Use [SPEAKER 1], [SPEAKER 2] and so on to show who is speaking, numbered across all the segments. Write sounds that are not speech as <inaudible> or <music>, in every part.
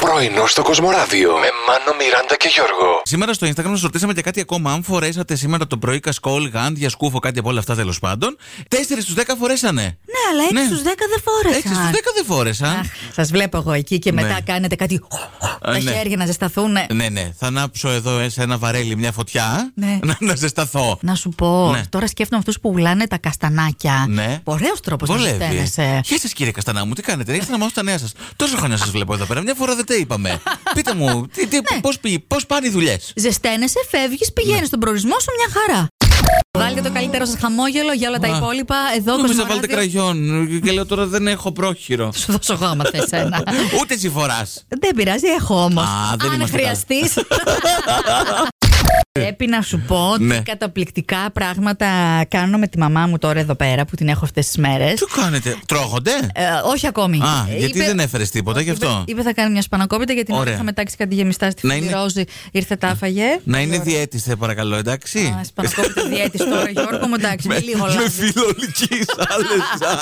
[SPEAKER 1] Πρωινό στο Κοσμοράδιο με Μάνο, Μιράντα και Γιώργο.
[SPEAKER 2] Σήμερα στο Instagram σας ρωτήσαμε και κάτι ακόμα. Αν φορέσατε σήμερα το πρωί κασκόλ, γάντια, σκούφο, κάτι από όλα αυτά τέλος πάντων. 4 στου 10 φορέσανε.
[SPEAKER 3] Ναι, αλλά 6
[SPEAKER 2] Ναι.
[SPEAKER 3] στους 10 δεν
[SPEAKER 2] 6
[SPEAKER 3] φόρεσαν.
[SPEAKER 2] στου 10 δεν φόρεσαν.
[SPEAKER 3] Σας βλέπω εγώ εκεί και
[SPEAKER 2] Ναι.
[SPEAKER 3] μετά κάνετε κάτι.
[SPEAKER 2] Α,
[SPEAKER 3] Τα
[SPEAKER 2] ναι.
[SPEAKER 3] χέρια να ζεσταθούν.
[SPEAKER 2] Ναι, ναι. Θα ανάψω εδώ ε, σε ένα βαρέλι μια φωτιά.
[SPEAKER 3] Ναι.
[SPEAKER 2] <laughs> Να, να ζεσταθώ.
[SPEAKER 3] Να σου πω,
[SPEAKER 2] Ναι.
[SPEAKER 3] τώρα σκέφτομαι αυτούς που πουλάνε τα καστανάκια.
[SPEAKER 2] Ναι.
[SPEAKER 3] Ωραίος τρόπος να ζεσταίνεσαι.
[SPEAKER 2] Γεια σας κύριε Καστανά μου, τι κάνετε. Ήρθα να μάθω τα νέα σας. Τόσο χρόνια σας βλέπω εδώ πέρα. Μια φορά δεν τα
[SPEAKER 3] <laughs>
[SPEAKER 2] είπαμε. Πείτε μου, τι, τι,
[SPEAKER 3] Ναι.
[SPEAKER 2] πώς, πη- πώς πάνε οι δουλειές.
[SPEAKER 3] Ζεσταίνεσαι, φεύγεις, πηγαίνεις στον προορισμό σου μια χαρά. Βάλτε το καλύτερο σας χαμόγελο για όλα τα
[SPEAKER 2] Μα,
[SPEAKER 3] υπόλοιπα. Εδώ
[SPEAKER 2] Νομίζω να βάλετε
[SPEAKER 3] Κοσμοράδιο.
[SPEAKER 2] κραγιόν. Και λέω τώρα δεν έχω
[SPEAKER 3] <laughs>
[SPEAKER 2] πρόχειρο.
[SPEAKER 3] Σου δώσω γάμα θες ένα.
[SPEAKER 2] <laughs> Ούτε συμφορά.
[SPEAKER 3] Δεν πειράζει, έχω όμως.
[SPEAKER 2] Α, δεν
[SPEAKER 3] Αν
[SPEAKER 2] είμαστε
[SPEAKER 3] χρειαστείς.
[SPEAKER 2] <laughs>
[SPEAKER 3] Πρέπει να σου πω ότι
[SPEAKER 2] Ναι.
[SPEAKER 3] καταπληκτικά πράγματα κάνω με τη μαμά μου τώρα εδώ πέρα που την έχω αυτές τις ε, μέρες.
[SPEAKER 2] Τι κάνετε, τρώγονται.
[SPEAKER 3] όχι ακόμη.
[SPEAKER 2] Α,
[SPEAKER 3] Ε,
[SPEAKER 2] γιατί
[SPEAKER 3] είπε-
[SPEAKER 2] δεν έφερες τίποτα γι' αυτό.
[SPEAKER 3] Είπε, είπε θα κάνει μια σπανακόπιτα γιατί
[SPEAKER 2] Ωραία.
[SPEAKER 3] είχαμε τάξει κάτι γεμιστά στη
[SPEAKER 2] Να
[SPEAKER 3] φίλη
[SPEAKER 2] είναι-
[SPEAKER 3] Ρόζη. Ήρθε, τα έφαγε.
[SPEAKER 2] Να είναι διέτης, σε παρακαλώ, εντάξει. Ε,
[SPEAKER 3] Α, Σπανακόπιτα διέτης τώρα, Γιώργο μου, εντάξει, μη λίγο
[SPEAKER 2] Ναι. με
[SPEAKER 3] λάδι.
[SPEAKER 2] φιλολική
[SPEAKER 3] <laughs>
[SPEAKER 2] άλεσσα.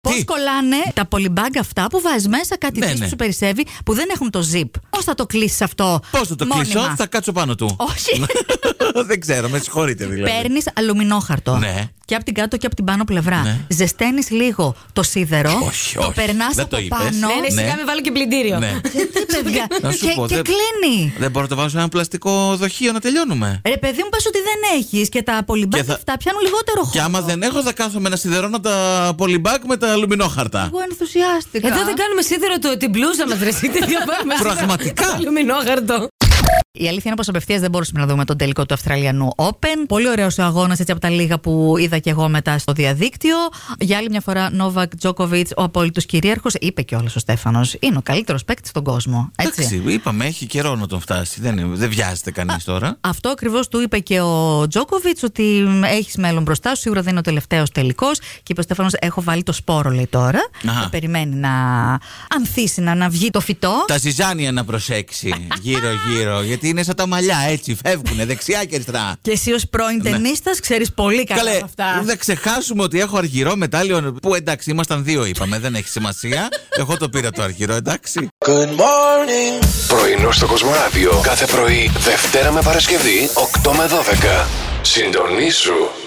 [SPEAKER 3] Πώ
[SPEAKER 2] Τι?
[SPEAKER 3] κολλάνε τα πολυμπάγκα αυτά που βάζεις μέσα κάτι
[SPEAKER 2] Ναι,
[SPEAKER 3] ναι,
[SPEAKER 2] ναι.
[SPEAKER 3] που σου περισσεύει που δεν έχουν το zip. Πώς θα το κλείσεις αυτό,
[SPEAKER 2] Πώς θα το
[SPEAKER 3] μόνιμα?
[SPEAKER 2] κλείσω, θα Ναι. κάτσω πάνω του. <laughs>
[SPEAKER 3] Όχι.
[SPEAKER 2] Δεν ξέρω, με συγχωρείτε δηλαδή.
[SPEAKER 3] Παίρνεις αλουμινόχαρτο.
[SPEAKER 2] Ναι.
[SPEAKER 3] Και από την κάτω και από την πάνω πλευρά.
[SPEAKER 2] Ναι.
[SPEAKER 3] Ζεσταίνεις λίγο το σίδερο.
[SPEAKER 2] Όχι,
[SPEAKER 3] το
[SPEAKER 2] όχι.
[SPEAKER 3] περνάς
[SPEAKER 2] Δεν
[SPEAKER 3] από
[SPEAKER 2] το είπες.
[SPEAKER 3] πάνω.
[SPEAKER 2] Ναι, ναι,
[SPEAKER 3] και,
[SPEAKER 2] σιγά Ναι. με
[SPEAKER 4] βάλω και πλυντήριο.
[SPEAKER 2] Ναι.
[SPEAKER 3] παιδιά,
[SPEAKER 2] Να σου
[SPEAKER 3] και-
[SPEAKER 2] πω,
[SPEAKER 3] και
[SPEAKER 2] δεν-
[SPEAKER 3] κλείνει.
[SPEAKER 2] Δεν μπορώ να το βάλω σε ένα πλαστικό δοχείο να τελειώνουμε.
[SPEAKER 3] Ρε παιδί μου, πες ότι δεν έχεις και τα πολυμπάκια
[SPEAKER 2] Και θα-
[SPEAKER 3] αυτά πιάνουν λιγότερο
[SPEAKER 2] Και
[SPEAKER 3] χώρο.
[SPEAKER 2] άμα δεν έχω, θα κάθομαι να σιδερώνω τα πολυμπάκ με τα αλουμινόχαρτα.
[SPEAKER 3] Εγώ ενθουσιάστηκα.
[SPEAKER 4] Εδώ δεν κάνουμε σίδερο το, την πλούζα μας, ρε. Τι <laughs> διαβάμε.
[SPEAKER 2] Πραγματικά.
[SPEAKER 4] Το <laughs> αλουμινόχαρτο.
[SPEAKER 3] Η αλήθεια είναι πως απευθείας δεν μπορούσαμε να δούμε τον τελικό του Αυστραλιανού Open. Πολύ ωραίος ο αγώνας έτσι από τα λίγα που είδα και εγώ μετά στο διαδίκτυο. Για άλλη μια φορά, Νόβακ Τζόκοβιτ, ο απόλυτος κυρίαρχος, είπε κιόλας ο Στέφανος. Είναι ο καλύτερος παίκτης στον κόσμο. Έτσι.
[SPEAKER 2] Εντάξει, είπαμε, έχει καιρό να τον φτάσει. Δεν, είναι- δεν βιάζεται κανείς τώρα.
[SPEAKER 3] Αυτό ακριβώς του είπε και ο Τζόκοβιτ, ότι έχεις μέλλον μπροστά σου. Σίγουρα δεν είναι ο τελευταίος τελικός. Και είπε ο Στέφανος: Έχω βάλει το σπόρο, λέει τώρα.
[SPEAKER 2] Αχα.
[SPEAKER 3] Και περιμένει να ανθίσει, να, να βγει το φυτό.
[SPEAKER 2] Τα ζυζάνια να προσέξει γύρω-γύρω. Γιατί είναι σαν τα μαλλιά έτσι, φεύγουνε δεξιά και αριστερά.
[SPEAKER 3] Και εσύ ως πρώην ταινίστας ξέρεις πολύ καλά
[SPEAKER 2] Ναι. Καλέ,
[SPEAKER 3] από αυτά.
[SPEAKER 2] δεν ξεχάσουμε ότι έχω αργυρό μετάλλιο. Που εντάξει, ήμασταν δύο, είπαμε. Δεν έχει σημασία. Εγώ το πήρα το αργυρό, εντάξει.
[SPEAKER 1] Πρωινό στο Κοσμοράδιο κάθε πρωί, Δευτέρα με Παρασκευή, 8 με 12. Συντονίσου